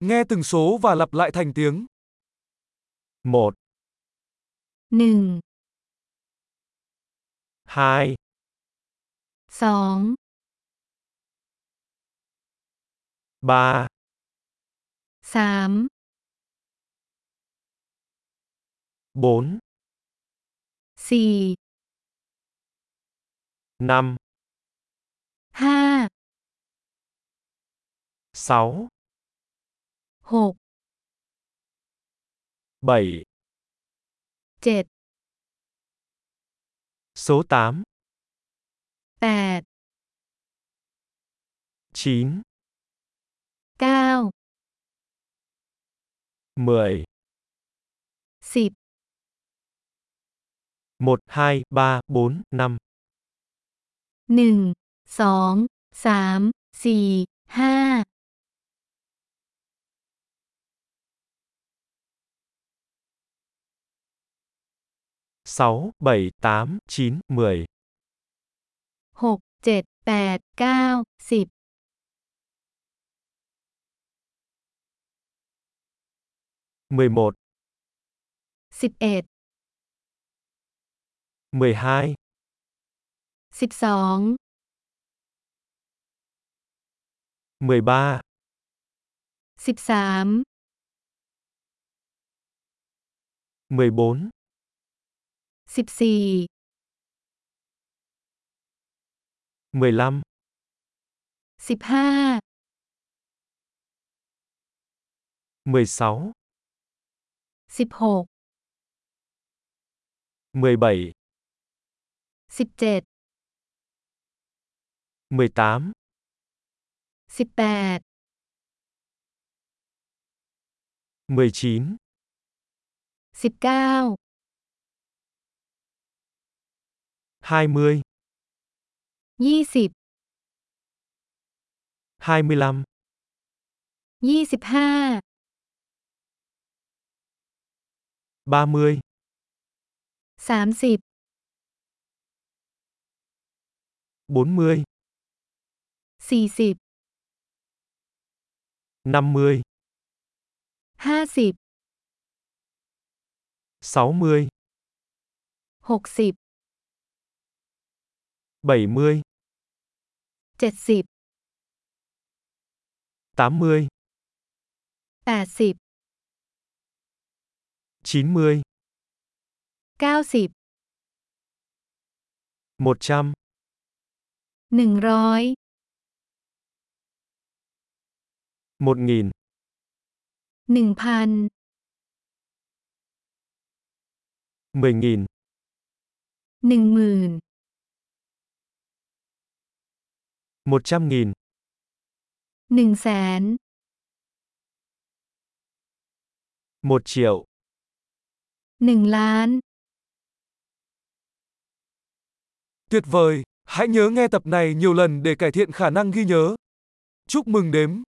Nghe từng số và lặp lại thành tiếng. 1, หนึ่ง 2, สอง 3, สาม 4, สี่ 5, ห้า 6, หก 7, เจ็ด số 8, แปด 9, เก้า 10, สิบ 1, 2, 3, 4, 5, หนึ่ง สอง สาม สี่ ห้า 6, 7, 8, 9, 10, หก เจ็ด แปด เก้า สิบ 11, สิบเอ็ด 12, สิบสอง 13, สิบสาม 14, สิบสี่ 15, สิบห้า 16, สิบหก 17, สิบเจ็ด 18, สิบแปด 19, สิบเก้า 20, ยี่สิบ 25, ยี่สิบห้า 30, สามสิบ 40, สี่สิบ 50, ห้าสิบ 60, หกสิบ 70, เจ็ดสิบ 80, แปดสิบ 90, เก้าสิบ 100, หนึ่งร้อย 1000, หนึ่งพัน 10.000, หนึ่งหมื่น 100.000, หนึ่งแสน 1 triệu, หนึ่งล้าน Tuyệt vời! Hãy nhớ nghe tập này nhiều lần để cải thiện khả năng ghi nhớ. Chúc mừng đếm!